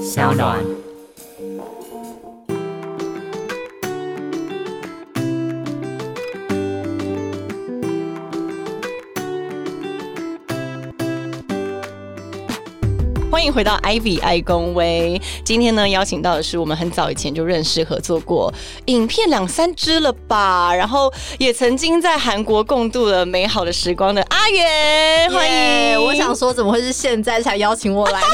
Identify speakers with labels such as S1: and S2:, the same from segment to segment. S1: 小暖。欢迎回到 Ivy 爱公威。今天呢，邀请到的是我们很早以前就认识、合作过影片两三支了吧，然后也曾经在韩国共度了美好的时光的阿元，哎欢迎。
S2: 耶 我想说，怎么会是现在才邀请我来呢？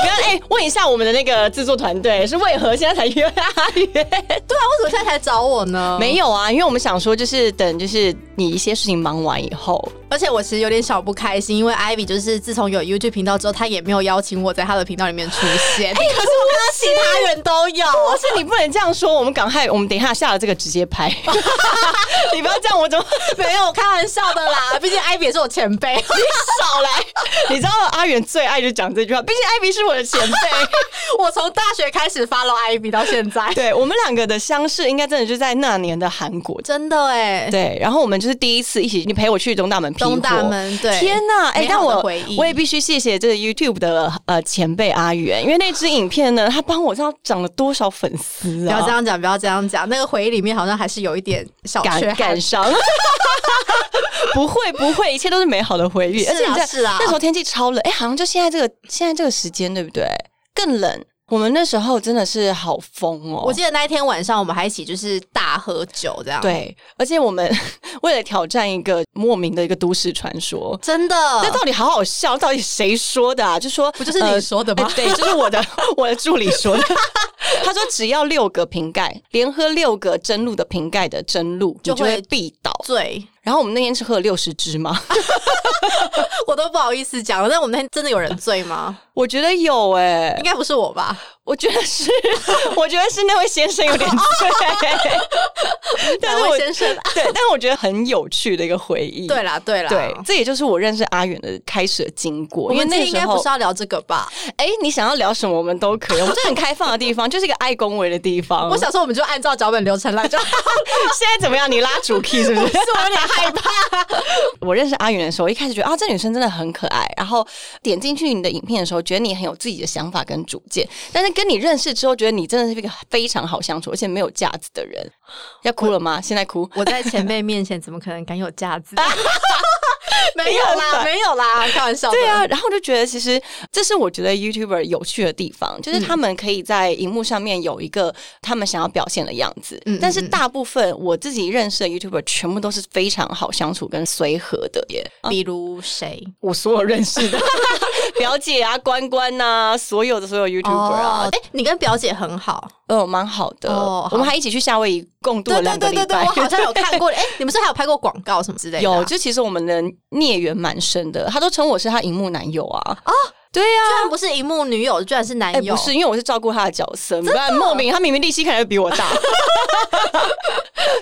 S1: 不要哎，问一下我们的那个制作团队是为何现在才约阿 元？
S2: 对啊，为什么现在才找我呢？
S1: 没，有啊，因为我们想说，就是等就是你一些事情忙完以后，
S2: 而且我其实有点小不开心，因为 Ivy 就是自从有 YouTube 频道之后，他也没有邀请我在他的频道里面出 现。哎、可是我跟他其他人都有，
S1: 不是你不能这样说，我们赶快，我们等一下下了这个直接 拍， 你不要这样，我怎么
S2: 没有开玩笑的 啦，毕竟 Ivy 也是我前辈。
S1: 少 来？ 你知道阿元最爱就讲这句话，毕竟艾比是我的前 辈。
S2: 我从大学开始 follow Ivy 到现在，
S1: 对我们两个的相识，应该真的就在那年的韩国。
S2: 真的哎、
S1: 对，啊然后我们就是第一次一起，你陪我去东大门批货
S2: 东大门对
S1: 天呐，哎、
S2: 美
S1: 但
S2: 好的
S1: 我
S2: 回忆
S1: 我也必须谢谢这个 YouTube 的呃前辈阿元，因为那支影片呢，他帮我知道涨了多少粉丝
S2: 不
S1: 啊，
S2: 要这样讲，不要这样讲，那个回忆里面好像还是有一点小缺
S1: 感
S2: 憾
S1: 感。伤。 不会不会，一切都是美好的回忆。
S2: 是啊
S1: 而且你在
S2: 是啊
S1: 那时候天气超冷，哎、好像就现在这个现在这个时间，对不对？更冷。我们那时候真的是好疯哦！
S2: 我记得那一天晚上，我们还一起就是大喝酒这样。，
S1: 对，而且我们 为了挑战一个莫名的一个都市传说。
S2: 真的。
S1: 那到底好好笑，到底谁说的啊？就说
S2: 啊不就是你说的吗
S1: 哎对，就是我的 我的助理说的。 他说只要六个瓶盖，连喝六个真露的瓶盖的真露，
S2: 就
S1: 你就会
S2: 会
S1: 必倒。
S2: 醉，
S1: 然后我们那天是喝了六十支吗？
S2: 我都不好意思讲了。但我们那天真的有人醉 吗？
S1: 我觉得有哎、
S2: 应该不是我吧？
S1: 我觉得 是，我觉得是那位先生有点醉，但是
S2: 哪
S1: 我
S2: 位先生啊？
S1: 对，但我觉得很有趣的一个回忆。
S2: 对啦，对啦，
S1: 对，这也就是我认识阿远的开始的经过。
S2: 我
S1: 因为
S2: 们
S1: 那
S2: 那
S1: 个
S2: 应
S1: 时
S2: 该
S1: 候
S2: 不是，要聊这个吧？
S1: 哎、你想要聊什么，我们都可以。我们这很开放的地方，就是一个爱恭维的地方。
S2: 我想说，我们就按照脚本流程 来就好。
S1: 现在怎么样？你拉主 key 是不是？
S2: 是我有点害怕，
S1: 我认识阿远的时候，一开始觉得啊，这女生真的很可爱。然后点进去你的影片的时候，觉得你很有自己的想法跟主见。但是跟你认识之后，觉得你真的是一个非常好相处，而且没有架子的 人。要哭了吗？现在哭。
S2: 我在前辈面前怎么可能敢有架 子？没有
S1: 你很
S2: 啦，
S1: 烦
S2: 没有啦，开玩笑的。
S1: 对啊，然后我就觉得其实这是我觉得 YouTuber 有趣的地方，
S2: 嗯
S1: 就是他们可以在荧幕上面有一个他们想要表现的样子。
S2: 嗯
S1: 但是大部分我自己认识的 YouTuber 全部都是非常好相处跟随和的耶。
S2: 比如谁？
S1: 我所有认识的表姐啊、关关呐、所有的所有 YouTuber 啊，
S2: 哎，你跟表姐很好。
S1: 呃，蛮好的。
S2: 哦好
S1: 我们还一起去夏威夷共度了两个礼拜。
S2: 我好像有看过。哎，你们是还有拍过广告什么之类的？啊
S1: 有，，就其实我们的孽缘蛮深的，他都称我是他荧幕男友啊。啊，对呀、
S2: 居然不是荧幕女友，居然是男
S1: 哎、
S2: 友。
S1: 不是，因为我是照顾他的角色，不然莫名他明明力气看起来比我大。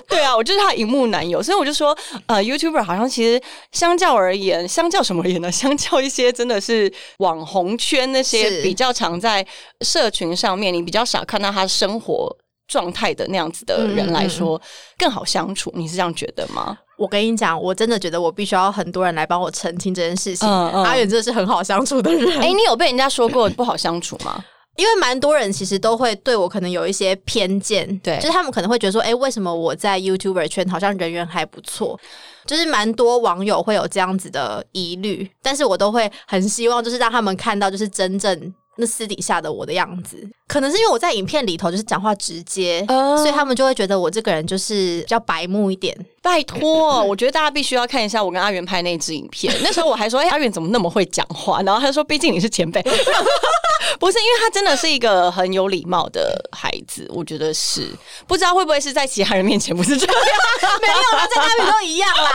S1: 对啊，我就是他的荧幕男友，所以我就说，呃，YouTuber 好像其实相较而言，相较什么而言呢？ 相较一些真的是网红圈那些
S2: 是
S1: 比较常在社群上面，你比较少看到他生活状态的那样子的人来说，更好相处。你是这样觉得吗？
S2: 我跟你讲，我真的觉得我必须要很多人来帮我澄清这件事情。
S1: 嗯嗯
S2: 阿远真的是很好相处的人，
S1: 哎、你有被人家说过不好相处吗？
S2: 因为蛮多人其实都会对我可能有一些偏见，
S1: 对
S2: 就是他们可能会觉得说，哎、为什么我在 YouTuber 圈好像人缘还不错？就是蛮多网友会有这样子的疑虑，但是我都会很希望，就是让他们看到，就是真正。那私底下的我的样子，可能是因为我在影片里头就是讲话直接
S1: 哦
S2: 所以他们就会觉得我这个人就是比较白目一点。
S1: 拜托，我觉得大家必须要看一下我跟阿元拍那支影片。那时候我还说，哎、阿元怎么那么会讲话？然后他就说，毕竟你是前辈。 不是，因为他真的是一个很有礼貌的孩子，我觉得是。不知道会不会是在其他人面前不是这样？
S2: 没有啊啦，在他们都一样啦，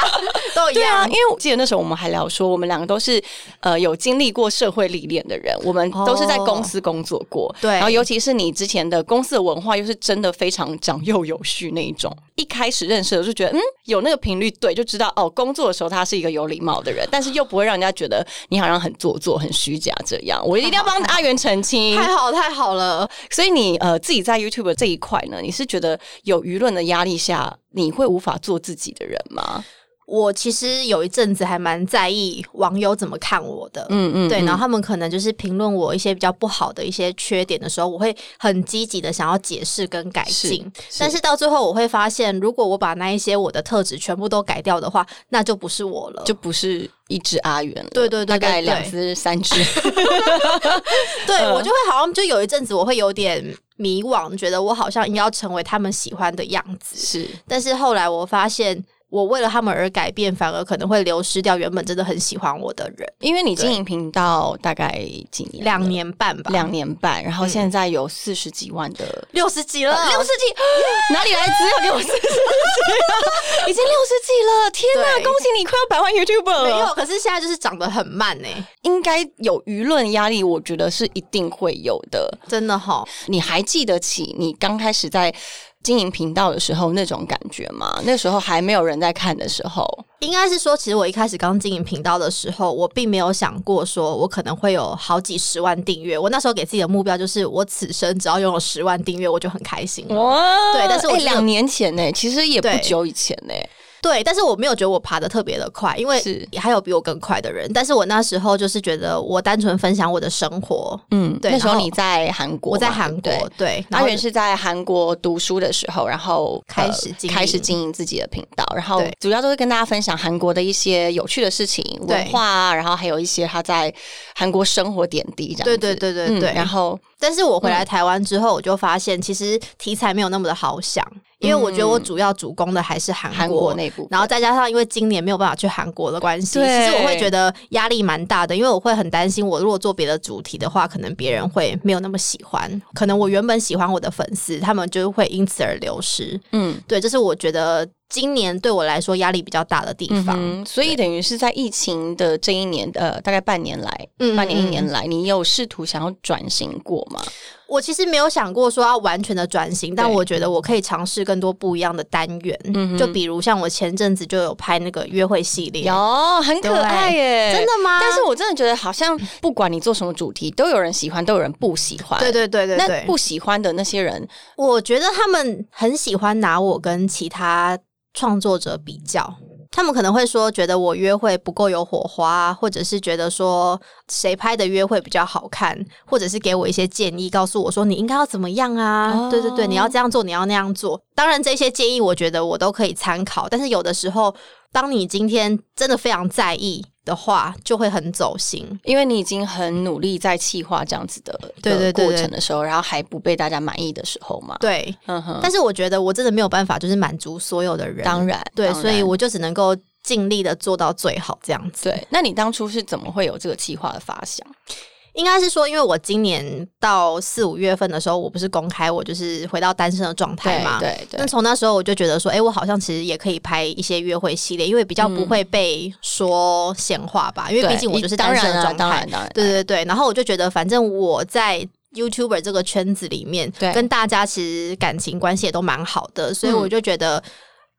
S2: 都一
S1: 对啊，
S2: 样
S1: 因。为我记得那时候我们还聊说，我们两个都是呃有经历过社会历练的人，我们都是在公司工作过。
S2: 对
S1: 然后尤其是你之前的公司的文化，又是真的非常长幼有序那一种。一开始认识的时候就觉得，嗯，有那个频率对，就知道哦，工作的时候他是一个有礼貌的人，但是又不会让人家觉得你好像很做作、很虚假这样。我一定要帮阿元澄清。
S2: 太好太好了，
S1: 所以你呃自己在 YouTube 这一块呢，你是觉得有舆论的压力下，你会无法做自己的人吗？
S2: 我其实有一阵子还蛮在意网友怎么看我的，
S1: 嗯嗯，
S2: 对，然后
S1: 后
S2: 他们可能就是评论我一些比较不好的一些缺点的时候，我会很积极的想要解释跟改进。但是到最后，我会发现，如果我把那一些我的特质全部都改掉的话，那就不是我了。
S1: 就不是一只阿元了，
S2: 对对对
S1: 大概
S2: 对对
S1: 两只三只，
S2: 对、
S1: 呃
S2: 我就会好像就有一阵子，我会有点迷惘，觉得我好像应该要成为他们喜欢的样子。
S1: 是
S2: 但是后来我发现，我为了他们而改变，反而可能会流失掉原本真的很喜欢我的人。
S1: 因为你经营频道大概几年了？嗯
S2: 两年半吧，
S1: 两年半，然后现在有四十几万的，
S2: 呃六十几了，
S1: 六十几，哪里来资料给我四十 几？已经六十几了，天哪！
S2: 对
S1: 恭喜你快要百万 YouTuber
S2: 没
S1: 了，
S2: 有，可是现在就是长得很慢 呢、
S1: 应该有舆论压力，我觉得是一定会有的。
S2: 真的哈。
S1: 你还记得起你刚开始在经营频道的时候那种感觉吗？那时候还没有人在看的时候，
S2: 应该是说，其实我一开始刚经营频道的时候，我并没有想过说我可能会有好几十万订阅。我那时候给自己的目标就是，我此生只要拥有十万订阅，我就很开心了。
S1: 哇
S2: 对但是我觉得
S1: 哦哎两、年前呢、其实也不
S2: 对
S1: 久以前呢、
S2: 对，但是我没有觉得我爬得特别的快，因为
S1: 是
S2: 还有比我更快的人。但是我那时候就是觉得，我单纯分享我的生活。
S1: 嗯，
S2: 对
S1: 那时候
S2: 然后
S1: 你在韩国嘛，
S2: 我在韩
S1: 对不
S2: 国
S1: 对。，
S2: 对，
S1: 阿
S2: 然后
S1: 元是在韩国读书的时候，然后呃
S2: 开始经营
S1: 开始经营自己的频道，然后
S2: 对
S1: 主要都是跟大家分享韩国的一些有趣的事情、
S2: 对
S1: 文化啊，然后还有一些他在韩国生活点滴这样子。
S2: 对对对对对
S1: 嗯然后
S2: 但是我
S1: 嗯
S2: 回来台湾之后，我就发现其实题材没有那么的好想，因为我觉得我主要主攻的还是韩
S1: 嗯韩国
S2: 国。
S1: 内部，
S2: 然后再加上，因为今年没有办法去韩国的关系，
S1: 对
S2: 其实我会觉得压力蛮大的，因为我会很担心，我如果做别的主题的话，可能别人会没有那么喜欢，可能我原本喜欢我的粉丝，他们就会因此而流失。
S1: 嗯，
S2: 对，这是我觉得今年对我来说压力比较大的地方。
S1: 嗯哼，所以等于是在疫情的这一年，呃，大概半年来，
S2: 嗯
S1: 半年一
S2: 嗯
S1: 年来，你有试图想要转型过吗？
S2: 我其实没有想过说要完全的转型，但
S1: 对嗯
S2: 我觉得我可以尝试更多不一样的单元，就比如像我前阵子就有拍那个约会系列，
S1: 有，很可爱耶，
S2: 真的。啊嗯吗？
S1: 但是我真的觉得，好像不管你做什么主题，都有人喜欢，都有人不喜欢。
S2: 对对对对
S1: 那
S2: 对，
S1: 不喜欢的那些人，
S2: 我觉得他们很喜欢拿我跟其他创作者比较。他们可能会说，觉得我约会不够有火花，或者是觉得说谁拍的约会比较好看，或者是给我一些建议，告诉我说你应该要怎么样啊？
S1: 哦
S2: 对对对，你要这样做，你要那样做。当然，这些建议我觉得我都可以参考，但是有的时候，当你今天真的非常在意的话，就会很走心。
S1: 因为你已经很努力在企划这样子的
S2: 对对对
S1: 的过
S2: 对
S1: 程的时候，然后还不被大家满意的时候嘛，
S2: 对，
S1: 嗯哼，
S2: 但是我觉得我真的没有办法，就是满足所有的人。
S1: 当然，
S2: 对，
S1: 当然
S2: 所以我就只能够尽力的做到最好这样子。，
S1: 对。那你当初是怎么会有这个企划的发想？
S2: 应该是说，因为我今年到四五月份的时候，我不是公开我就是回到单身的状态
S1: 对
S2: 嘛。
S1: 对对
S2: 那，从那时候我就觉得说，哎、我好像其实也可以拍一些约会系列，因为比较不会被说闲话吧，因为
S1: 嗯对
S2: 毕竟我就是
S1: 当
S2: 单身
S1: 然
S2: 的
S1: 啊
S2: 状
S1: 当
S2: 态。
S1: 然当然，
S2: 对对对，然后我就觉得，反正我在 YouTuber 这个圈子里面，
S1: 对
S2: 跟大家其实感情关系也都蛮好的，所以
S1: 嗯
S2: 我就觉得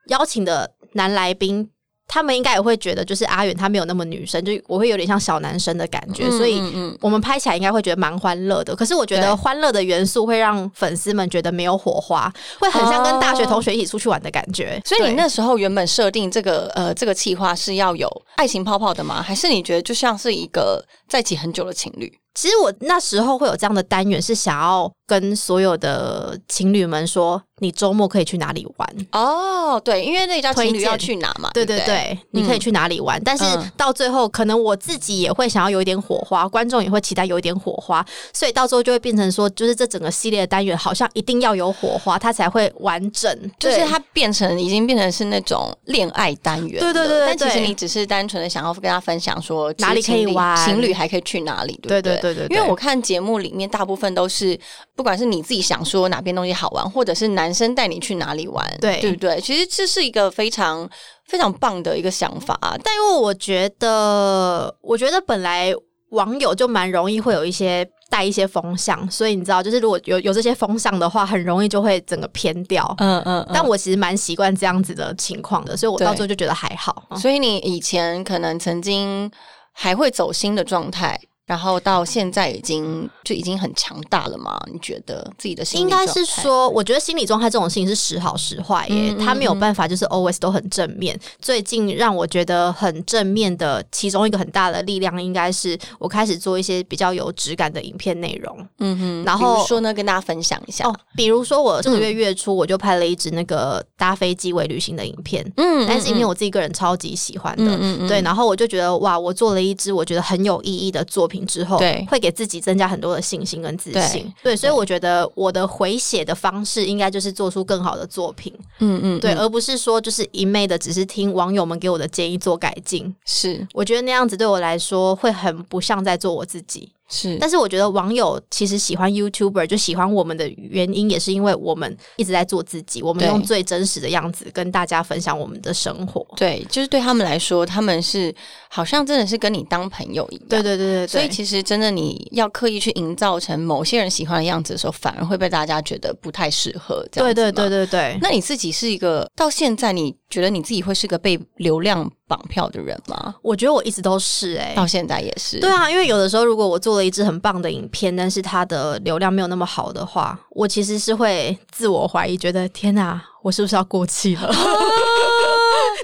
S2: 邀请的男来宾。他们应该也会觉得，就是阿远他没有那么女生，就我会有点像小男生的感觉，所以
S1: 嗯嗯嗯
S2: 我们拍起来应该会觉得蛮欢乐的。可是我觉
S1: 对
S2: 得欢乐的元素会让粉丝们觉得没有火花，会很像跟大学
S1: 哦
S2: 同学一起出去玩的感觉。
S1: 所以你
S2: 对
S1: 那时候原本设定这个呃这个企划是要有爱情泡泡的吗？还是你觉得就像是一个在一起很久的情侣？
S2: 其实我那时候会有这样的单元，是想要跟所有的情侣们说，你周末可以去哪里玩。
S1: 哦，对，因为那叫
S2: 推
S1: 情侣要
S2: 荐
S1: 去哪嘛，
S2: 对
S1: 对
S2: 对
S1: 不
S2: 对，你可以去哪里玩，但是
S1: 嗯
S2: 到最后，可能我自己也会想要有一点火花，观众也会期待有一点火花，所以到最后就会变成说，就是这整个系列的单元好像一定要有火花，它才会完整。
S1: 就是
S2: 对
S1: 它变成已经变成是那种恋爱单元了，
S2: 对对对对
S1: 但其实
S2: 对
S1: 你只是单纯的想要跟他分享说
S2: 哪里
S1: 其实情
S2: 可以
S1: 侣
S2: 玩
S1: 情侣还可以去哪里，对
S2: 对
S1: 不对
S2: 对对对对
S1: 因为我看节目里面大部分都是，不管是你自己想说哪边东西好玩，或者是男生带你去哪里玩，
S2: 对
S1: 对不对？其实这是一个非常非常棒的一个想法啊，
S2: 但因为我觉得，我觉得本来网友就蛮容易会有一些带一些风向，所以你知道，就是如果有有这些风向的话，很容易就会整个偏掉。
S1: 嗯嗯
S2: 但我其实蛮习惯这样子的情况的，所以我
S1: 对
S2: 到最后就觉得还好。嗯
S1: 呃所以你以前可能曾经还会走心的状态，然后到现在已经就已经很强大了嘛？你觉得自己的心理
S2: 应该
S1: 状
S2: 是
S1: 态
S2: 说，我觉得心理状态这种事情是时好时坏耶
S1: 嗯，嗯
S2: 他没有办法就是 always 都很正面。最近让我觉得很正面的其中一个很大的力量，应该是我开始做一些比较有质感的影片内容。
S1: 嗯哼，
S2: 然
S1: 比
S2: 后
S1: 如说呢，跟大家分享一下，
S2: 哦，比如说我这个
S1: 嗯
S2: 月月初我就拍了一支那个搭飞机为旅行的影片，
S1: 嗯
S2: 但是影片
S1: 我
S2: 我自己个人超级喜欢的，
S1: 嗯嗯嗯
S2: 对，然后我就觉得哇，我做了一支我觉得很有意义的作品之后，
S1: 对
S2: 会给自己增加很多的信心跟自信，对，所以我觉得我的回写的方式应该就是做出更好的作品，
S1: 嗯嗯
S2: 对，
S1: 嗯
S2: 而不是说就是一昧的只是听网友们给我的建议做改进，
S1: 是
S2: 我觉得那样子对我来说会很不像在做我自己。
S1: 是，
S2: 但是我觉得网友其实喜欢 YouTuber 就喜欢我们的原因，也是因为我们一直在做自己，我们
S1: 对
S2: 用最真实的样子跟大家分享我们的生活。
S1: 对，就是对他们来说，他们是好像真的是跟你当朋友一样，
S2: 对对对对对，
S1: 所以其实真的你要刻意去营造成某些人喜欢的样子的时候，反而会被大家觉得不太适合。这样子
S2: 对对对
S1: 嘛。
S2: 对对。
S1: 那你自己是一个到现在，你觉得你自己会是个被流量绑票的人吗？
S2: 我觉得我一直都是哎、
S1: 到现在也是。
S2: 对啊，因为有的时候如果我做了一支很棒的影片，但是它的流量没有那么好的话，我其实是会自我怀疑，觉得天哪、我是不是要过气了？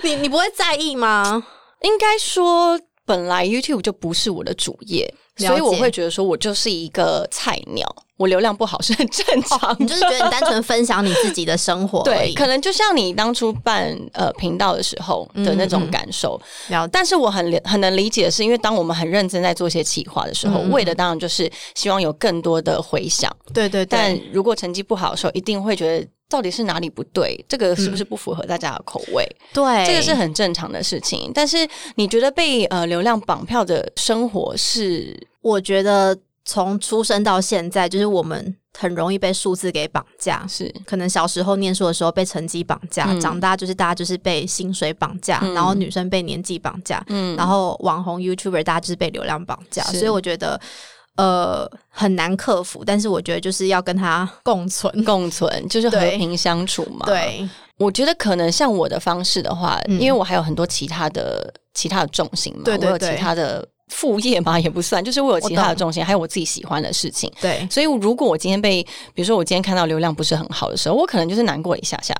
S2: 你你不会在意吗？
S1: 应该说，本来 YouTube 就不是我的主业，
S2: 了解
S1: 所以我会觉得说我就是一个菜鸟，我流量不好是很正常的。
S2: 哦你就是觉得你单纯分享你自己的生活而
S1: 对，
S2: 已，
S1: 可能就像你当初办呃频道的时候的那种感受，
S2: 了
S1: 嗯
S2: 解
S1: 但是我很理很能理解的是，因为当我们很认真在做一些企划的时候，
S2: 嗯嗯
S1: 为的当然就是希望有更多的回响。
S2: 对对对，
S1: 但如果成绩不好的时候，一定会觉得到底是哪里不对，这个是不是不符合大家的口味？
S2: 对，
S1: 这个是很正常的事情。但是你觉得被呃流量绑票的生活是
S2: 我觉得从出生到现在，就是我们很容易被数字给绑架。
S1: 是
S2: 可能小时候念书的时候被成绩绑架，
S1: 嗯
S2: 长大就是大家就是被薪水绑架，
S1: 嗯
S2: 然后女生被年纪绑架，
S1: 嗯
S2: 然后网红 YouTuber 大家就是被流量绑架，
S1: 是
S2: 所以我觉得呃很难克服，但是我觉得就是要跟他共存。
S1: 共存，就是和
S2: 对
S1: 平相处嘛？，
S2: 对，
S1: 我觉得可能像我的方式的话，
S2: 嗯
S1: 因为我还有很多其他的其他的重心嘛，
S2: 对对
S1: 我有
S2: 对
S1: 其他的副业嘛，也不算，就是我有其他的重心，还有我自己喜欢的事情。
S2: 对，
S1: 所以如果我今天被，比如说我今天看到流量不是很好的时候，我可能就是难过一下下，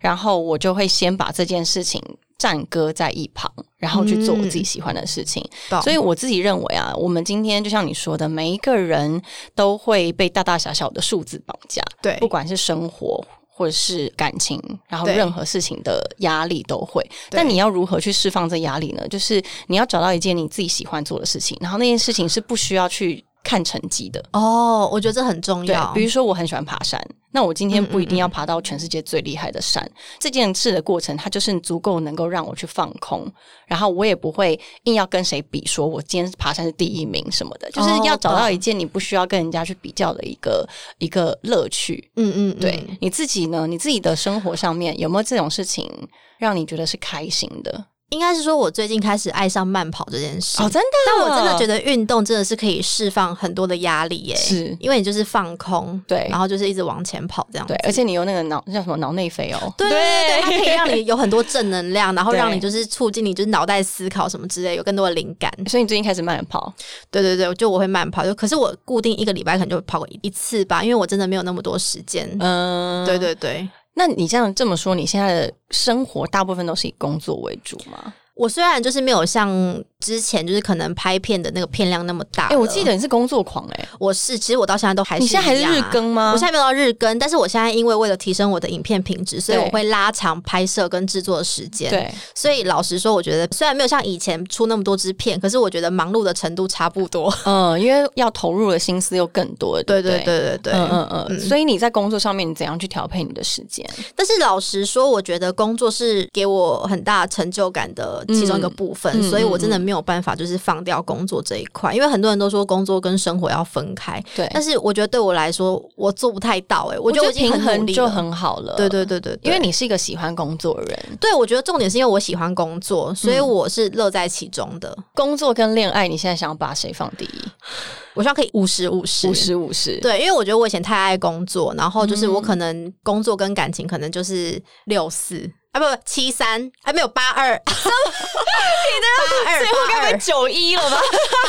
S1: 然后我就会先把这件事情暂搁在一旁，然后去做我自己喜欢的事情。
S2: 懂
S1: 所以我自己认为啊，我们今天就像你说的，每一个人都会被大大小小的数字绑架，
S2: 对
S1: 不管是生活。或者是感情，然后
S2: 对
S1: 任何事情的压力都会。
S2: 对
S1: 但你要如何去释放这压力呢？就是你要找到一件你自己喜欢做的事情，然后那件事情是不需要去看成绩的。
S2: 哦，我觉得这很重
S1: 对
S2: 要，。嗯
S1: 比如说我很喜欢爬山，那我今天不一定要爬到全世界最厉害的山。这件事的过程，它就是足够能够让我去放空，然后我也不会硬要跟谁比，说我今天爬山是第一名什么的。就是
S2: 哦
S1: 要找到
S2: 懂
S1: 一件你不需要跟人家去比较的一个一个乐趣。
S2: 嗯嗯，嗯
S1: 对、你自己呢？你自己的生活上面有没有这种事情让你觉得是开心的？
S2: 应该是说我最近开始爱上慢跑这件事。
S1: 哦，真的，
S2: 但我真的觉
S1: 得
S2: 得运动真的是可以释放很多的压力耶、
S1: 是
S2: 因为你就是放空，
S1: 对
S2: 然后就是一直往前跑这样子
S1: 对，而且你有那个脑那叫什么脑内啡哦，
S2: 对对对，对它可以让你有很多正能 量，然后
S1: 对
S2: 让你就是促进你就是脑袋思考什么之类，有更多的灵 感。
S1: 所以你最近开始慢跑，
S2: 对对对，就我会慢跑，就可是我固定一个礼拜可能就会跑个一次吧，因为我真的没有那么多时间。
S1: 嗯，
S2: 对对对，
S1: 那你这样这么说，你现在的生活大部分都是以工作为主吗？
S2: 我虽然就是没有像之前就是可能拍片的那个片量那么大，
S1: 哎、我记得你是工作狂哎、
S2: 我是，其实我到现在都还是
S1: 你现在还是
S2: 一样
S1: 日
S2: 啊
S1: 更吗？
S2: 我现在没有到日更，但是我现在因为为了提升我的影片品质，所以
S1: 对
S2: 我会拉长拍摄跟制作的时间。，
S1: 对，
S2: 所以老实说，我觉得虽然没有像以前出那么多支片，可是我觉得忙碌的程度差不多。
S1: 嗯、因为要投入的心思又更多，
S2: 对
S1: 不 对
S2: 对对对对。
S1: 嗯嗯嗯，
S2: 嗯
S1: 所以你在工作上面，你怎样去调配你的时间？
S2: 但是老实说，我觉得工作是给我很大成就感的其中一个部分，
S1: 嗯嗯
S2: 所以我真的没有办法就是放掉工作这一块，因为很多人都说工作跟生活要分开，
S1: 对，
S2: 但是我觉得对我来说，我做不太到、欸。哎，我
S1: 我
S2: 觉
S1: 觉
S2: 得我
S1: 得
S2: 已经
S1: 平
S2: 很努
S1: 衡
S2: 力
S1: 就
S2: 了。
S1: 很好了。
S2: 对对对对
S1: 因
S2: 对
S1: 为你是一个喜欢工作的人，
S2: 对，我觉得重点是因为我喜欢工作，所以我是乐在其中的。
S1: 工作跟恋爱，你现在想要把谁放第一？
S2: 我希望可以五十五十
S1: 五。十五十，
S2: 对，因为我觉得我以前太爱工作，然后就是我可能工作跟感情可能就是六四，啊，不不七三，还没有八二，你
S1: 最
S2: 这
S1: 后该不会九一了吧？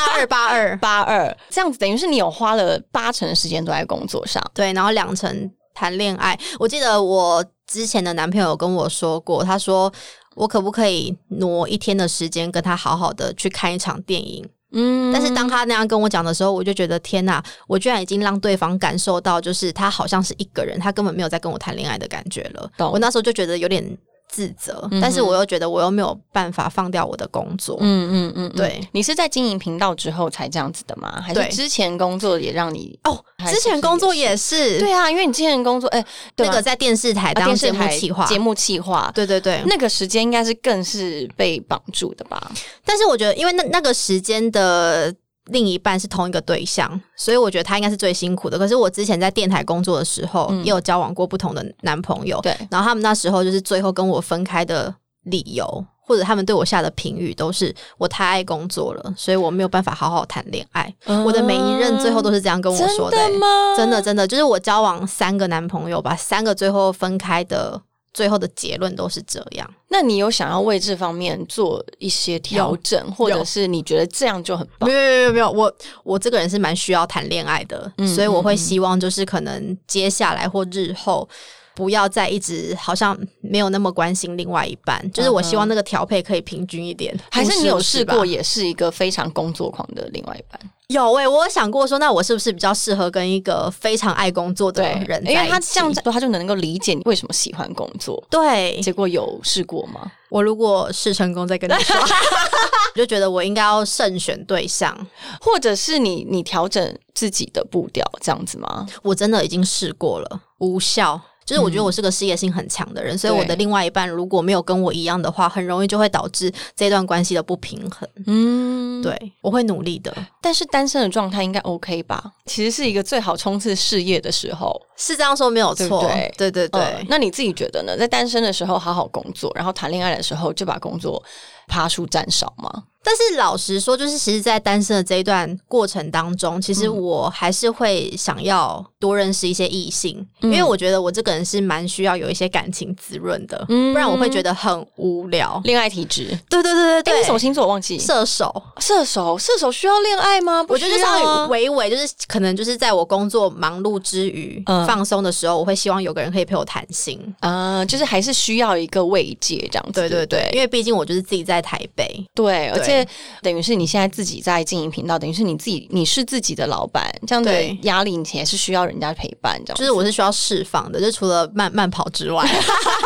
S2: 八二八二，
S1: 八二 这样子，等于是你有花了八成的时间都在工作上。
S2: 对，然后两成谈恋爱。我记得我之前的男朋友跟我说过，他说我可不可以挪一天的时间跟他好好的去看一场电影？
S1: 嗯
S2: 但是当他那样跟我讲的时候，我就觉得天哪，我居然已经让对方感受到，就是他好像是一个人，他根本没有在跟我谈恋爱的感觉了。
S1: 懂嗯
S2: 我那时候就觉得有点自责，但是我又觉得我又没有办法放掉我的工作。
S1: 嗯嗯嗯，嗯
S2: 对，
S1: 你是在经营频道之后才这样子的吗？还是
S2: 对
S1: 之前工作也让你？
S2: 哦，
S1: 嗯还
S2: 之
S1: 是
S2: 前工作也是，
S1: 对啊，因为你之前工作，哎、对
S2: 呃那
S1: 吧
S2: 个在电视台
S1: 啊
S2: 当
S1: 电视
S2: 节目
S1: 台
S2: 企划，
S1: 节目企划，
S2: 对对对，
S1: 那个时间应该是更是被绑住的吧？
S2: 但是我觉得，因为那那个时间的另一半是同一个对象，所以我觉得他应该是最辛苦的。可是我之前在电台工作的时候，
S1: 嗯
S2: 也有交往过不同的男朋友，
S1: 对，
S2: 然后他们那时候就是最后跟我分开的理由，或者他们对我下的评语都是我太爱工作了，所以我没有办法好好谈恋爱。我的每一任最后都
S1: 是
S2: 是这样跟我说欸
S1: 啊真的吗？
S2: 真的真的，就是我交往三个男朋友吧，三个最后分开的。最后的结论都是这样，
S1: 那你有想要为这方面做一些调整，或者是你觉得这样就很棒？
S2: 没有没有没有，我我这个人是蛮需要谈恋爱的，
S1: 嗯
S2: 所以我
S1: 嗯
S2: 会
S1: 嗯
S2: 希望就是可能接下来或日后。不要再一直好像没有那么关心另外一半，就是我希望那个调配可以平均一点。
S1: 还是你有
S2: 50-50
S1: 试
S2: 吧
S1: 过，也是一个非常工作狂的另外一半？
S2: 有诶、我有想过说，那我是不是比较适合跟一个非常爱工作的
S1: 对
S2: 人，
S1: 因为他
S2: 在一起
S1: 这样子，他就能够理解你为什么喜欢工作。
S2: 对
S1: 结果有试过吗？
S2: 我如果试成功再跟你 说，我就觉得我应该要慎选对象。
S1: 或者是你你调整自己的步调这样子吗？
S2: 我真的已经试过了，无效。就是我觉得我是个事业性很强的人，所以我的另外一半如果没有跟我一样的话，很容易就会导致这段关系的不平衡。
S1: 嗯，
S2: 对，我会努力的，
S1: 但是单身的状态应该 OK 吧？其实是一个最好冲刺事业的时候。
S2: 是这样说没有
S1: 对
S2: 错
S1: 不对。
S2: 对对对，
S1: 嗯那你自己觉得呢？在单身的时候好好工作，然后谈恋爱的时候就把工作爬树占少吗？
S2: 但是老实说，就是其实，在单身的这一段过程当中，其实我还是会想要多认识一些异性，因为我觉得我这个人是蛮需要有一些感情滋润的，
S1: 嗯
S2: 不然我会觉得很无聊。
S1: 恋爱体质？
S2: 对对对对
S1: 哎，
S2: 对，
S1: 你什么星座？我忘记。
S2: 射手？
S1: 射手，射手需要恋爱吗？不
S2: 我觉得就是
S1: 需要
S2: 要
S1: 啊
S2: 微微，就是可能就是在我工作忙碌之余、
S1: 嗯
S2: 放松的时候，我会希望有个人可以陪我谈心。
S1: 啊，就是还是需要一个慰藉这样子。
S2: 对对
S1: 不
S2: 对，因为毕竟我就是自己在台北，
S1: 对，而
S2: 对
S1: 且等于是你现在自己在经营频道，等于是你自己，你是自己的老板，这样的
S2: 对
S1: 压力你也是需要人家陪伴，这样。
S2: 就是我是需要释放的，就
S1: 哦
S2: 除了慢慢跑之外，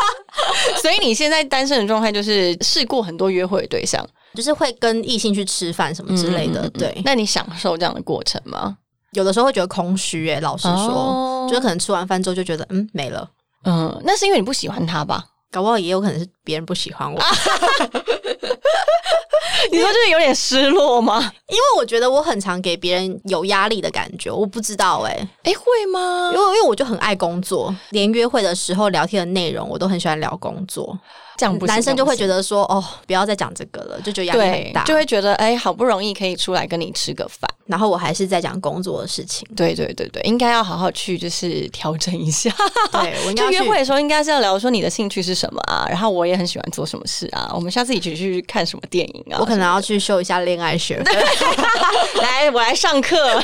S1: 所以你现在单身的状态就是试过很多约会的对象
S2: 就是会跟异性去吃饭什么之类的。
S1: 嗯嗯嗯嗯
S2: 对，
S1: 那你享受这样的过程吗？
S2: 有的时候会觉得空虚、欸，老实说，
S1: 哦
S2: 就是可能吃完饭之后就觉得嗯没了，
S1: 嗯，那是因为你不喜欢他 吧？
S2: 搞不好也有可能是别人不 喜欢我，
S1: 你说就是有点失落 吗？
S2: 因为我觉得我很常给别人有压力的感觉，我不知道哎、
S1: 哎、会吗
S2: 因为？因为我就很爱工作，连约会的时候聊天的内容我都很喜欢聊工作，
S1: 这样不行
S2: 男生就会觉
S1: 这样
S2: 得说哦不要再讲这个了，就觉得压
S1: 不行
S2: 力很
S1: 对
S2: 大，，
S1: 就会觉得哎、好不容易可以出来跟你吃个饭。，
S2: 然后我还是在讲工作的事情
S1: 对对对对，应该要好好去就是调整一 下。
S2: 对我应该
S1: 就
S2: 要
S1: 约
S2: 去
S1: 会的时候，应该是要聊说你的兴趣是什么啊，然后我也很喜欢做什么事啊，我们下次一起去看什么电影啊。
S2: 我可能要去修一下恋爱学，
S1: 来，我来上课，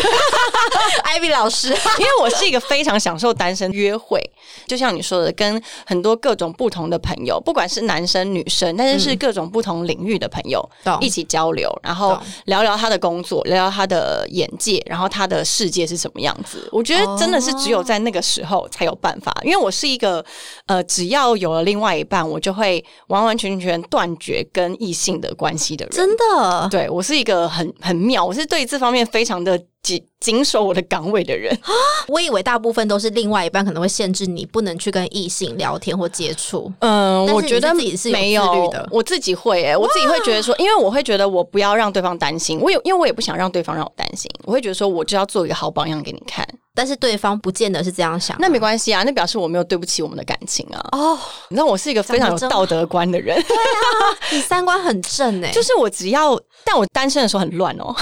S2: 艾比老师，
S1: 因为我是一个非常享受单身约会，就像你说的，跟很多各种不同的朋友，不管是男生女生，但
S2: 嗯
S1: 是是各种不同领域的朋友、
S2: 懂
S1: 一起交流，然后
S2: 懂
S1: 聊聊他的工作，聊聊他的眼界，然后他的世界是什么样子。我觉
S2: 哦
S1: 得真的是只有在那个时候才有办法，因为我是一个呃，只要有了另外一半，我就会完完全全断绝跟异性的关系的人。
S2: 真的
S1: 对我是一个很很妙，我是对这方面非常的紧紧守我的岗位的人。
S2: 我以为大部分都是另外一半可能会限制你不能去跟异性聊天或接触。
S1: 嗯，
S2: 但是
S1: 我觉得
S2: 你自己是有
S1: 没
S2: 自律
S1: 有
S2: 的
S1: 我自己会诶、我自己会觉得说，因为我会觉得我不要让对方担心，我有，因为我也不想让对方让我担心，我会觉得说我就要做一个好榜样给你看，
S2: 但是对方不见得是这样想啊、
S1: 那没关系啊，那表示我没有对不起我们的感情啊。
S2: 哦，
S1: 你知道我是一个非常有
S2: 讲得真
S1: 道德观的人，
S2: 你三观很正哎、哦
S1: 就是我只要，但我单身的时候很乱哦，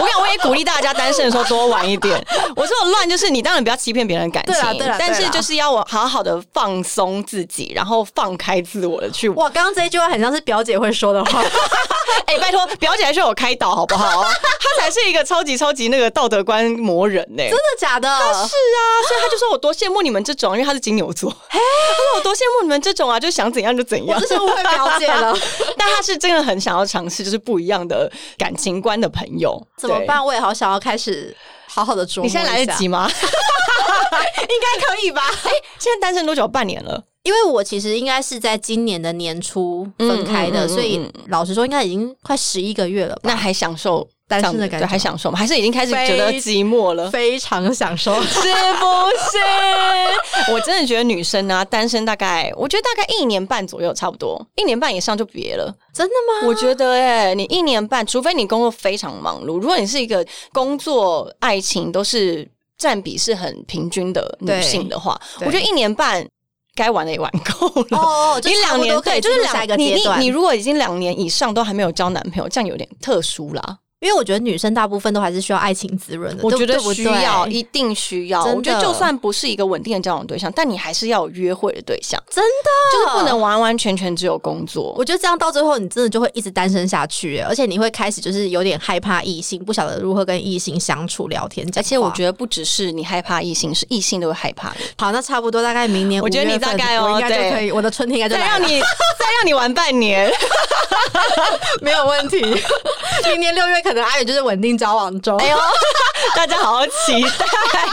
S1: 我想我也鼓励大家单身的时候多玩一点。我说的乱就是你当然不要欺骗别人的感
S2: 对啦
S1: 情
S2: 对啦，
S1: 但
S2: 对
S1: 是
S2: 啦
S1: 就是要我好好的放松自己，然后放开自我的去玩。
S2: 哇，刚刚这一句话很像是表姐会说的话，
S1: 哎、拜托，表姐还是我开导好不好？她才是一个超级超级那个道德观魔人呢、
S2: 真的假的？
S1: 是啊，所以她就说我多羡慕你们这种，因为她是金牛 座。她说我多羡慕你们这种啊，就想怎样就怎样
S2: 这。是误会表姐了，
S1: 但她是真的很想要尝试，就是不一样的感情观的朋友。
S2: 怎么
S1: 对？
S2: 办？我也好想要开始好好的琢磨
S1: 你
S2: 一下。
S1: 现在来得及吗？
S2: 应该可以 吧？
S1: 现在单身多久？半年了。
S2: 因为我其实应该是在今年的年初分开
S1: 嗯嗯
S2: 的，
S1: 嗯嗯
S2: 所以老实说，应该已经快十一个月了吧？
S1: 那还享受
S2: 单身的
S1: 这样子
S2: 感觉
S1: 对，还享受吗？还是已经开始觉得
S2: 非
S1: 寂寞了？
S2: 非常享受。
S1: 是不是？我 真的觉得女生啊，单身大概，我觉得大概一年半左右，差不多一年半以上就别了。
S2: 真的 吗？
S1: 我觉得、哎，你一年半，除非你工作非常忙碌，如果你是一个工作、爱情都是占比是很平均的女性的话，
S2: 对
S1: 我觉得一年半该玩的也玩够了。
S2: 哦，就
S1: 你
S2: 差
S1: 两
S2: 不
S1: 年
S2: 多可
S1: 对，
S2: 以
S1: 就
S2: 进
S1: 是
S2: 入
S1: 两
S2: 下一个
S1: 你
S2: 阶
S1: 你
S2: 段。
S1: 你如果已经两年以上都还没有交男朋友，这样有点特殊啦。
S2: 因为我觉得女生大部分都还是需要爱情滋润的，
S1: 我
S2: 对
S1: 觉得
S2: 对不对
S1: 需要，一定需要。
S2: 真的
S1: 我觉得就算不是一个稳定的交往对象，但你还是要有约会的对象，
S2: 真的
S1: 就是不能。完完全全只有工作。
S2: 我觉得这样到最后，你真的就会一直单身下去耶，而且你会开始就是有点害怕异性，不晓得如何跟异性相处、聊天。
S1: 而且我觉得
S2: 得，
S1: 不只是你害怕异性，是异性都会害怕你。
S2: 好，那差不多大概明年
S1: 我觉得
S2: 5月
S1: 你大
S2: 份
S1: 概哦
S2: 我应该
S1: 对
S2: 就可以，我的春天应该就
S1: 再
S2: 来
S1: 让
S2: 了，
S1: 你再让你玩半年，
S2: 没有问题。明年六月可能阿远就是稳定交往中。哎呦，
S1: 大家好好期 待。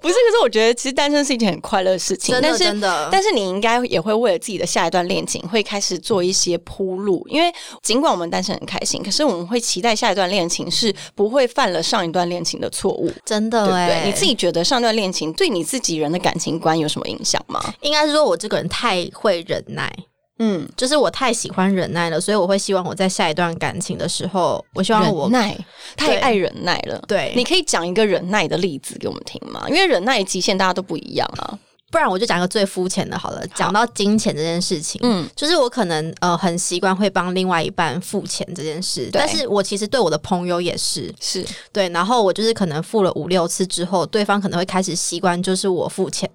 S1: 不是，可是我觉得其实单身是一件很快乐的事情，
S2: 真
S1: 但
S2: 的
S1: 是
S2: 真的，
S1: 但是你应该也会为了自己的下一段恋情，会开始做一些铺路，因为尽管我们单身很开心，可是我们会期待下一段恋情是不会犯了上一段恋情的错误，
S2: 真的
S1: 对不
S2: 哎
S1: 对？，你自己觉得上一段恋情对你自己人的感情观有什么影响吗？
S2: 应该是说我这个人太会忍耐，
S1: 嗯，
S2: 就是我太喜欢忍耐了，所以我会希望我在下一段感情的时候，我希望我
S1: 忍耐，太
S2: 对
S1: 爱忍耐了。
S2: 对
S1: 你可以讲一个忍耐的例子给我们听吗？因为忍耐极限大家都不一样啊。
S2: 不然我就讲一个最肤浅的好了，讲到金钱这件事情，
S1: 嗯
S2: 嗯，就是我可能呃很习惯会帮另外一半付钱这件事，
S1: 对
S2: 但是我其实对我的朋友也是
S1: 是，
S2: 对，然后我就是可能付了五六次之后，对方可能会开始习惯就是我付钱，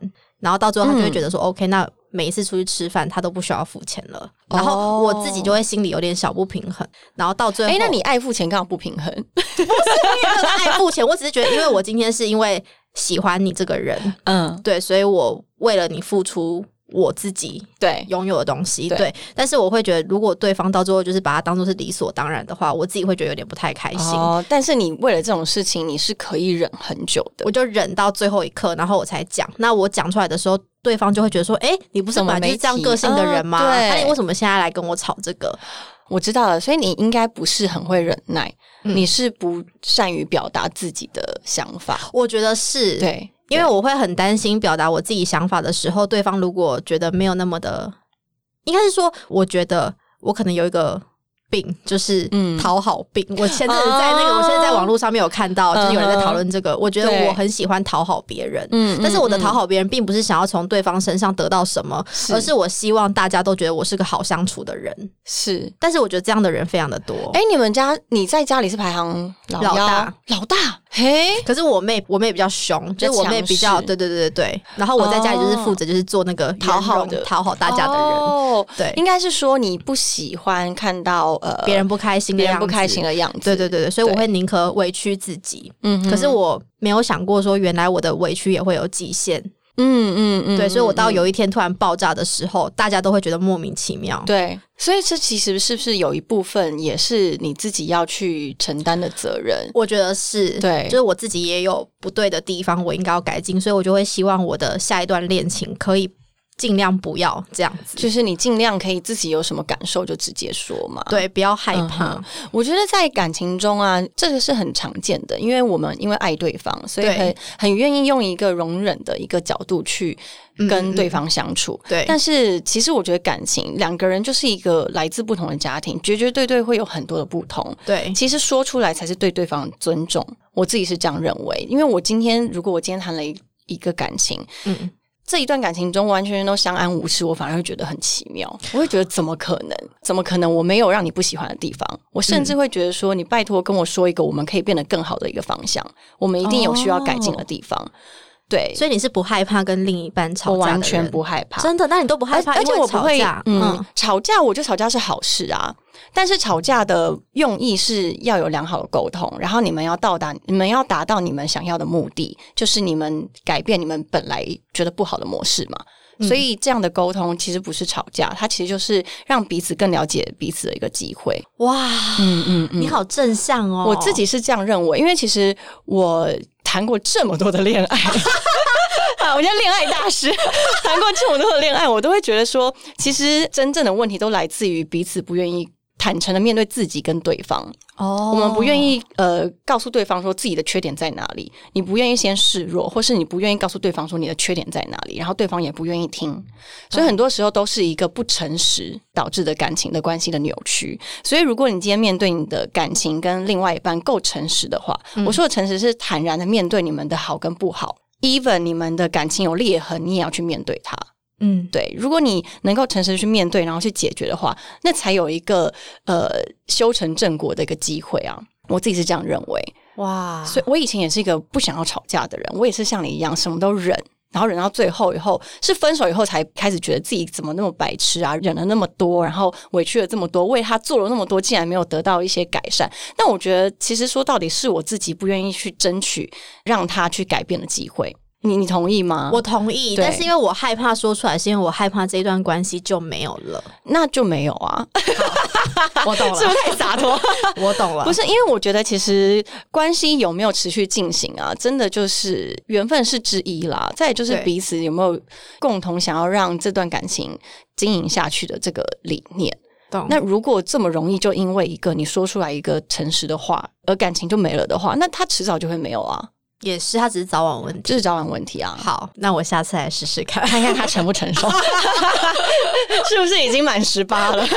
S2: 然后到最后他就会觉得说、OK，那每一次出去吃饭他都不需要付钱了，然后我自己就会心里有点小不平衡，然后到最后，
S1: 哎、那 你爱付钱刚好不平衡，
S2: 因为没有爱付钱，我只是觉得因为我今天是因为喜欢你这个人，
S1: 嗯，
S2: 对，所以我为了你付出我自己
S1: 对，
S2: 拥有的东西。
S1: 对
S2: 对，但是我会觉得，如果对方到最后就是把它当做是理所当然的话，我自己会觉得有点不太开心。
S1: 哦，但是你为了这种事情，你是可以忍很久的
S2: 我。就忍到最后一刻，然后我才讲。那我讲出来的时候，对方就会觉得说：“哎、你不是
S1: 怎么
S2: 本来就是
S1: 没
S2: 这样
S1: 提
S2: 个性的人吗？
S1: 嗯对
S2: 那、你为什么现在来跟我吵这个
S1: 我知道了，所以你应该不是很会忍耐，
S2: 嗯
S1: 你是不善于表达自己的想法？”。
S2: 我觉得是，
S1: 对，
S2: 因为我会很担心表达我自己想法的时候，对方如果觉得没有那么的，应该是说，我觉得我可能有一个病，就是
S1: 嗯
S2: 讨好病。我前阵子在那个，
S1: 哦
S2: 我现在在网络上面有看到，就是有人在
S1: 嗯哼
S2: 讨论这个。我觉得
S1: 对
S2: 我很喜欢讨好别人，
S1: 嗯
S2: 但是我的讨
S1: 好，
S2: 好别人，并不是想要从对方身上得到什么，
S1: 是
S2: 而是我希望大家都觉得我是个好相处的人。
S1: 是。
S2: 但是我觉得这样的人非常的多。
S1: 哎、你们家你在家里是排行老
S2: 老
S1: 幺
S2: 大，
S1: 老大，嘿，
S2: 可是我妹，我妹比较凶，
S1: 比较
S2: 就是我妹比较
S1: 强势
S2: 对对对对对。然后我在家里就是负责就是做那个
S1: 讨好
S2: 圆融
S1: 的
S2: 讨好大家的人。
S1: 哦
S2: 对
S1: 应该是说你不喜欢看到呃
S2: 别人不开心的
S1: 别
S2: 样
S1: 人
S2: 子，
S1: 不开心。的样子，
S2: 对对对对，所以
S1: 对
S2: 我会宁可委屈自己。
S1: 嗯哼
S2: 可是我没有想过说，原来我的委屈也会有极限。
S1: 嗯嗯嗯，
S2: 对，所以我到
S1: 嗯
S2: 有一天突然爆炸的时候，大家都会觉得莫名其妙。
S1: 对，所以这其实是不是有一部分也是你自己要去承担的责任？
S2: 我觉得是，
S1: 对
S2: 就是我自己也有不对的地方，我应该要改进，所以我就会希望我的下一段恋情可以尽量不要这样子，
S1: 就是你尽量可以自己有什么感受就直接说嘛。
S2: 对，不要害怕，
S1: 嗯我觉得在感情中啊，这个是很常见的，因为我们因为爱对方，所以
S2: 对
S1: 很很愿意用一个容忍的一个角度去
S2: 嗯
S1: 跟对。
S2: 嗯嗯
S1: 方相处。
S2: 对，
S1: 但是其实我觉得感情两个人就是一个来自不同的家庭，绝绝对对会有很多的不同。
S2: 对，
S1: 其实说出来才是对对方的尊重，我自己是这样认为。因为我今天如果我今天谈了一一个感情，
S2: 嗯，
S1: 这一段感情中完全都相安无事，我反而会觉得很奇妙。我会觉得怎么可能？怎么可能？我没有让你不喜欢的地方，我甚至会觉得说，你拜托跟我说一个我们可以变得更好的一个方向，我们一定有需要改进的地方。对，
S2: 所以你是不害怕跟另一半嗯吵
S1: 我
S2: 架的人
S1: 完全不害怕。
S2: 真的，那你都不害
S1: 而
S2: 怕，
S1: 而且
S2: 因为
S1: 我不
S2: 吵
S1: 会
S2: 架，
S1: 嗯，
S2: 嗯，
S1: 吵架我觉得吵架是好事啊，但是吵架的用意是要有良好的沟通，然后你们要到达，你们要达到你们想要的目的，就是你们改变你们本来觉得不好的模式嘛。
S2: 嗯
S1: 所以这样的沟通其实不是吵架，它其实就是让彼此更了解彼此的一个机会。
S2: 哇，
S1: 嗯嗯嗯
S2: 你好正向哦，
S1: 我自己是这样认为，因为其实我谈过这么多的恋爱。 啊，我现在恋爱大师， 谈过这么多的恋爱，我都会觉得说，其实真正的问题都来自于彼此不愿意坦诚的面对自己跟对方。
S2: 哦，
S1: 我们不愿意呃告诉对方说自己的缺点在哪里，你不愿意先示弱，或是你不愿意告诉对方说你的缺点在哪里，然后对方也不愿意听，所以很多时候都是一个不诚实导致的感情的关系的扭曲。所以如果你今天面对你的感情跟另外一半够诚实的话，我说的诚实是坦然的面对你们的好跟不好，even 你们的感情有裂痕，你也要去面对它。
S2: 嗯，
S1: 对，如果你能够诚实地去面对，然后去解决的话，那才有一个呃修成正果的一个机会啊。我自己是这样认为，
S2: 哇，
S1: 所以我以前也是一个不想要吵架的人，我也是像你一样什么都忍，然后忍到最后以后，是分手以后才开始觉得自己怎么那么白痴啊，忍了那么多，然后委屈了这么多，为他做了那么多，竟然没有得到一些改善。但我觉得其实说到底是我自己不愿意去争取让他去改变的机会，你你同意吗？
S2: 我同意，
S1: 对
S2: 但是因为我害怕说出来，是因为我害怕这段关系就没有了。
S1: 那就没有啊，
S2: 我懂
S1: 是不是，太洒脱？
S2: 我懂了
S1: 不，是，因为我觉得其实关系有没有持续进行啊，真的就是缘分是之一啦。再来就是
S2: 对
S1: 彼此有没有共同想要让这段感情经营下去的这个理念。
S2: 懂
S1: 那如果这么容易就因为一个你说出来一个诚实的话，而感情就没了的话，那它迟早就会没有啊，
S2: 也是，他只是早晚问题。
S1: 这是早晚问题啊。
S2: 好，那我下次来试试 看。
S1: 看看他成不成 熟，是不是已经满十八了？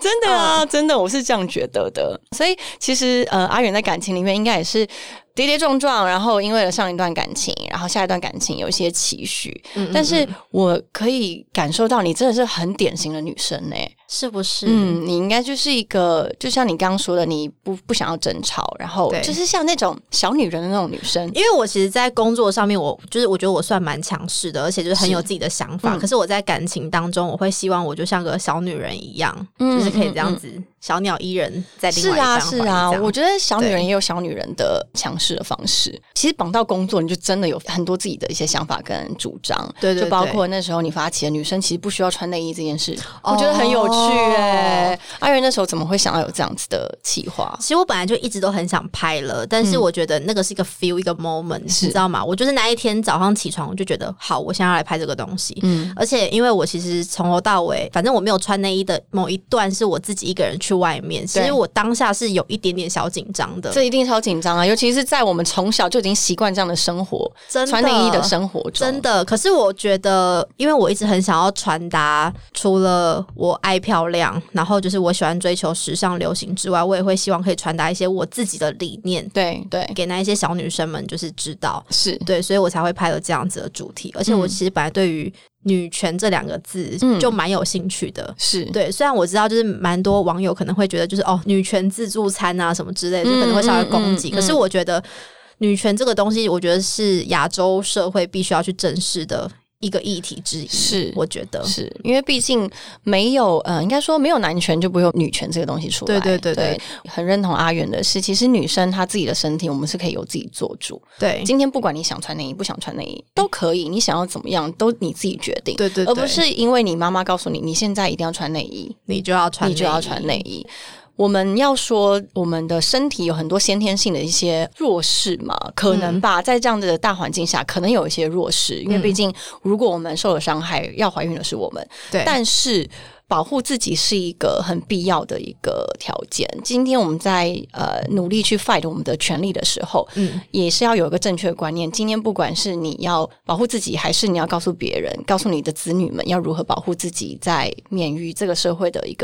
S1: 真的啊，真的，我是这样觉得的。所以其实呃，阿远在感情里面应该也是跌跌撞撞，然后因为了上一段感情，然后下一段感情有一些期许。但是我可以感受到你真的是很典型的女生呢、
S2: 是不是？
S1: 嗯，你应该就是一个，就像你刚刚说的，你不不想要争吵，然后
S2: 对
S1: 就是像那种小女人的那种女生。
S2: 因为我其实，在工作上面，我就是我觉得我算蛮强势的，而且就是很
S1: 是
S2: 有自己的想
S1: 嗯
S2: 法。可是我在感情当中，我会希望我就像个小女人一样，
S1: 嗯
S2: 就是可以这
S1: 嗯
S2: 样
S1: 嗯
S2: 子小鸟依人，在另
S1: 是
S2: 外一
S1: 啊，
S2: 半
S1: 是
S2: 怀里
S1: 啊，
S2: 这样
S1: 我觉得小女
S2: 对
S1: 人也有小女人的强势的方式。其实绑到工作，你就真的有很多自己的一些想法跟主张。
S2: 对对
S1: 就包
S2: 对
S1: 括那时候你发起的女生其实不需要穿内衣这件事，
S2: 哦
S1: 我觉得很有趣哎、阿元那时候怎么会想要有这样子的企划？
S2: 其实我本来就一直都很想拍了，但是我觉得那个是一个 feel 一个 moment，你
S1: 嗯是
S2: 知道吗？我就是那一天早上起床，我就觉得好，我现在要来拍这个东西。
S1: 嗯
S2: 而且因为我其实从头到尾，反正我没有穿内衣的某一段是我自己一个人去外面，其
S1: 对
S2: 实我当下是有一点点小紧张的，
S1: 这一定超紧张啊！尤其是在我们从小就已经习惯这样的生活，
S2: 真的
S1: 穿内衣的生活中，
S2: 真的，可是我觉得，因为我一直很想要传达，除了我爱漂亮，然后就是我喜欢追求时尚流行之外，我也会希望可以传达一些我自己的理念，
S1: 对对
S2: 给那一些小女生们就是知道。
S1: 是，
S2: 对，所以我才会拍了这样子的主题。而且我
S1: 嗯
S2: 其实本来对于“女权”这两个字
S1: 嗯
S2: 就蛮有兴趣的。
S1: 是
S2: 对，虽然我知道，就是蛮多网友可能会觉得，就是哦，女权自助餐啊什么之类的，就可能会稍微攻
S1: 嗯
S2: 击。
S1: 嗯嗯
S2: 可是我觉得，女权这个东西，我觉得是亚洲社会必须要去正视的一个议题之一。
S1: 是
S2: 我觉得，
S1: 是因为毕竟没有呃，应该说没有男权就不会有女权这个东西出来。
S2: 对对对对
S1: 很认同阿远的是，其实女生她自己的身体，我们是可以由自己做主。
S2: 对，
S1: 今天不管你想穿内衣不想穿内衣都可以，你想要怎么样都你自己决定。
S2: 对对对
S1: 而不是因为你妈妈告诉你你现在一定要穿内衣，
S2: 你就要穿，
S1: 你就要穿内。衣。我们要说我们的身体有很多先天性的一些弱势嘛，可
S2: 嗯
S1: 能吧，在这样子的大环境下，可能有一些弱势，因为毕竟如果我们受了伤害，要怀孕的是我们，
S2: 对，
S1: 但是。保护自己是一个很必要的一个条件。今天我们在呃努力去 fight 我们的权利的时候，
S2: 嗯，
S1: 也是要有一个正确的观念。今天不管是你要保护自己，还是你要告诉别人，告诉你的子女们要如何保护自己，在免于这个社会的一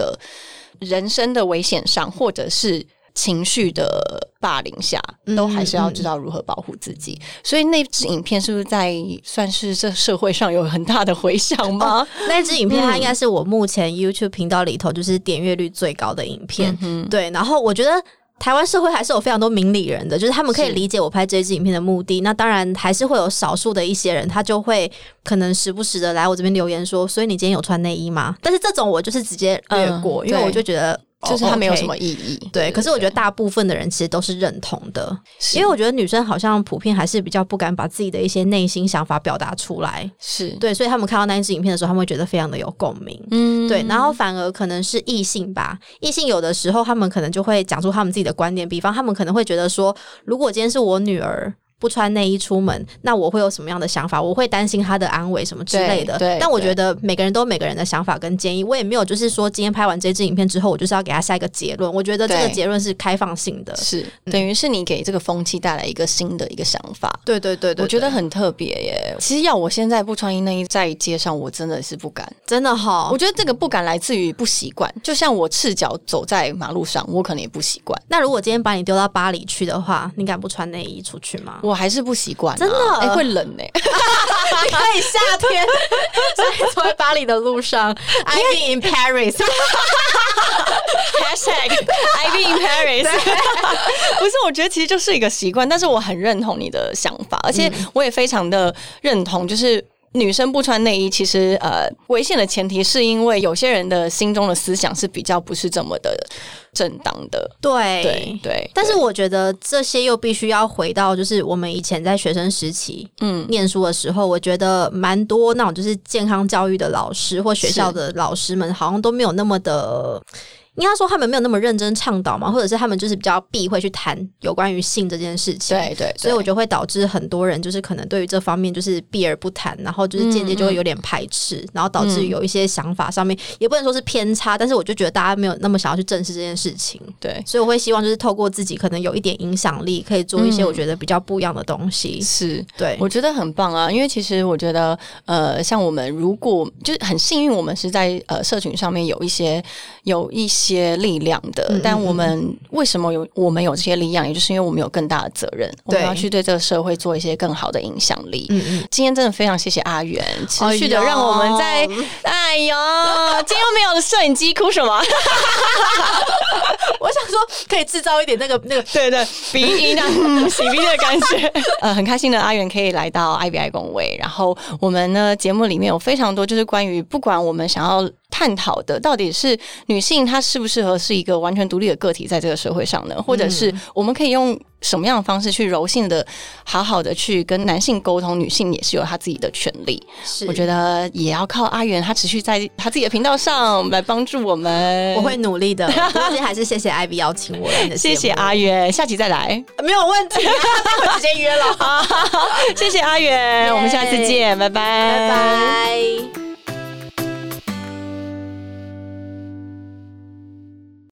S1: 人生的危险上，或者是情绪的霸凌下，
S2: 嗯
S1: 都还是要知道如何保护自己。所以那支影片是不是在算是这社会上有很大的回响吗？
S2: 那支影片
S1: 嗯
S2: 它应该是我目前 YouTube 频道里头就是点阅率最高的影
S1: 嗯
S2: 片。对，然后我觉得。台湾社会还是有非常多明理人的，就是他们可以
S1: 是
S2: 理解我拍这一支影片的目的。那当然还是会有少数的一些人，他就会可能时不时的来我这边留言说：“所以你今天有穿内衣吗？”但是这种我就是直接略过，
S1: 嗯
S2: 因为我
S1: 对
S2: 就觉得
S1: 就是它没有什。
S2: 哦
S1: 么
S2: ，OK
S1: 意义。
S2: 对，可是我觉得大部分的人其实都是认同的，
S1: 是
S2: 因为我觉得女生好像普遍还是比较不敢把自己的一些内心想法表达出来。
S1: 是
S2: 对，所以他们看到那一支影片的时候，他们会觉得非常的有共鸣。
S1: 嗯
S2: 对，然后反而可能是异性吧，异性有的时候他们可能就会讲出他们自己的观点，比方他们可能会觉得说，如果今天是我女儿。不穿内衣出门，那我会有什么样的想法？我会担心她的安危什么之类的
S1: 对对。
S2: 但我觉得每个人都有每个人的想法跟建议，我也没有就是说今天拍完这支影片之后，我就是要给她下一个结论。我觉得这个
S1: 对
S2: 结论是开放性的。
S1: 是等于是你给这个风气带来一个新的一个想法。
S2: 对对对对，
S1: 我觉得
S2: 对
S1: 很特别耶！其实要我现在不穿内衣在街上，我真的是不敢。
S2: 真的哈
S1: 我。觉得这个不敢来自于不习惯，就像我赤脚走在马路上，我可能也不习惯，
S2: 那如果今天把你丢到巴黎去的话，你敢不穿内衣出去吗？
S1: 我还是不习惯啊、
S2: 真的
S1: 哎、会冷哎、
S2: 可以夏天，所以走在巴黎的路 上，I be in Paris。
S1: Hashtag I be in Paris 不是，我觉得其实就是一个习惯，但是我很认同你的想法，而且
S2: 嗯
S1: 我也非常的认同，就是。女生不穿内衣，其实呃，危险的前提是因为有些人的心中的思想是比较不是这么的正当的，
S2: 对
S1: 对对。
S2: 但是我觉得这些又必须要回到，就是我们以前在学生时期，嗯，念书的时候，我觉得蛮多那种就是健康教育的老师或学校的老师们，好像都没有那么的，应该说他们没有那么认真倡导嘛，或者是他们就是比较避讳去谈有关于性这件事情。
S1: 对对对，
S2: 所以我就会导致很多人就是可能对于这方面就是避而不谈，然后就是间接就会有点排斥，然后导致有一些想法上面、也不能说是偏差，但是我就觉得大家没有那么想要去正视这件事情，
S1: 对
S2: 所以我会希望就是透过自己可能有一点影响力，可以做一些我觉得比较不一样的东西。
S1: 是
S2: 对，
S1: 我觉得很棒啊，因为其实我觉得，呃，像我们如果就是很幸运，我们是在呃社群上面有一些有一些力量的，
S2: 嗯嗯
S1: 但我们为什么有我们有这些力量，也就是因为我们有更大的责任，我们
S2: 对
S1: 要去对这个社会做一些更好的影响力。
S2: 嗯嗯，
S1: 今天真的非常谢谢阿元，持续的
S2: 哎呦
S1: 让我们在，哎呦，今天又没有摄影机，哭什么？
S2: 我想说可以制造一点那个那个。
S1: 对对，鼻音 啊，嗯洗鼻的感觉。 呃，很开心的阿元可以来到 IBI 工位，然后我们呢节目里面有非常多就是关于不管我们想要。探讨的到底是女性她适不适合是一个完全独立的个体在这个社会上呢？或者是我们可以用什么样的方式去柔性的、好好的去跟男性沟通？女性也是有她自己的权利。
S2: 是
S1: 我觉得也要靠阿元，她持续在她自己的频道上来帮助我们。
S2: 我会努力 的，不过今天还是谢谢艾比邀请我来你的节
S1: 谢
S2: 目，
S1: 谢阿元，下期再来。
S2: 没有问题、 啊，那我直 接约 了，
S1: 好，谢谢阿元，我们下次见，拜拜，
S2: 拜拜。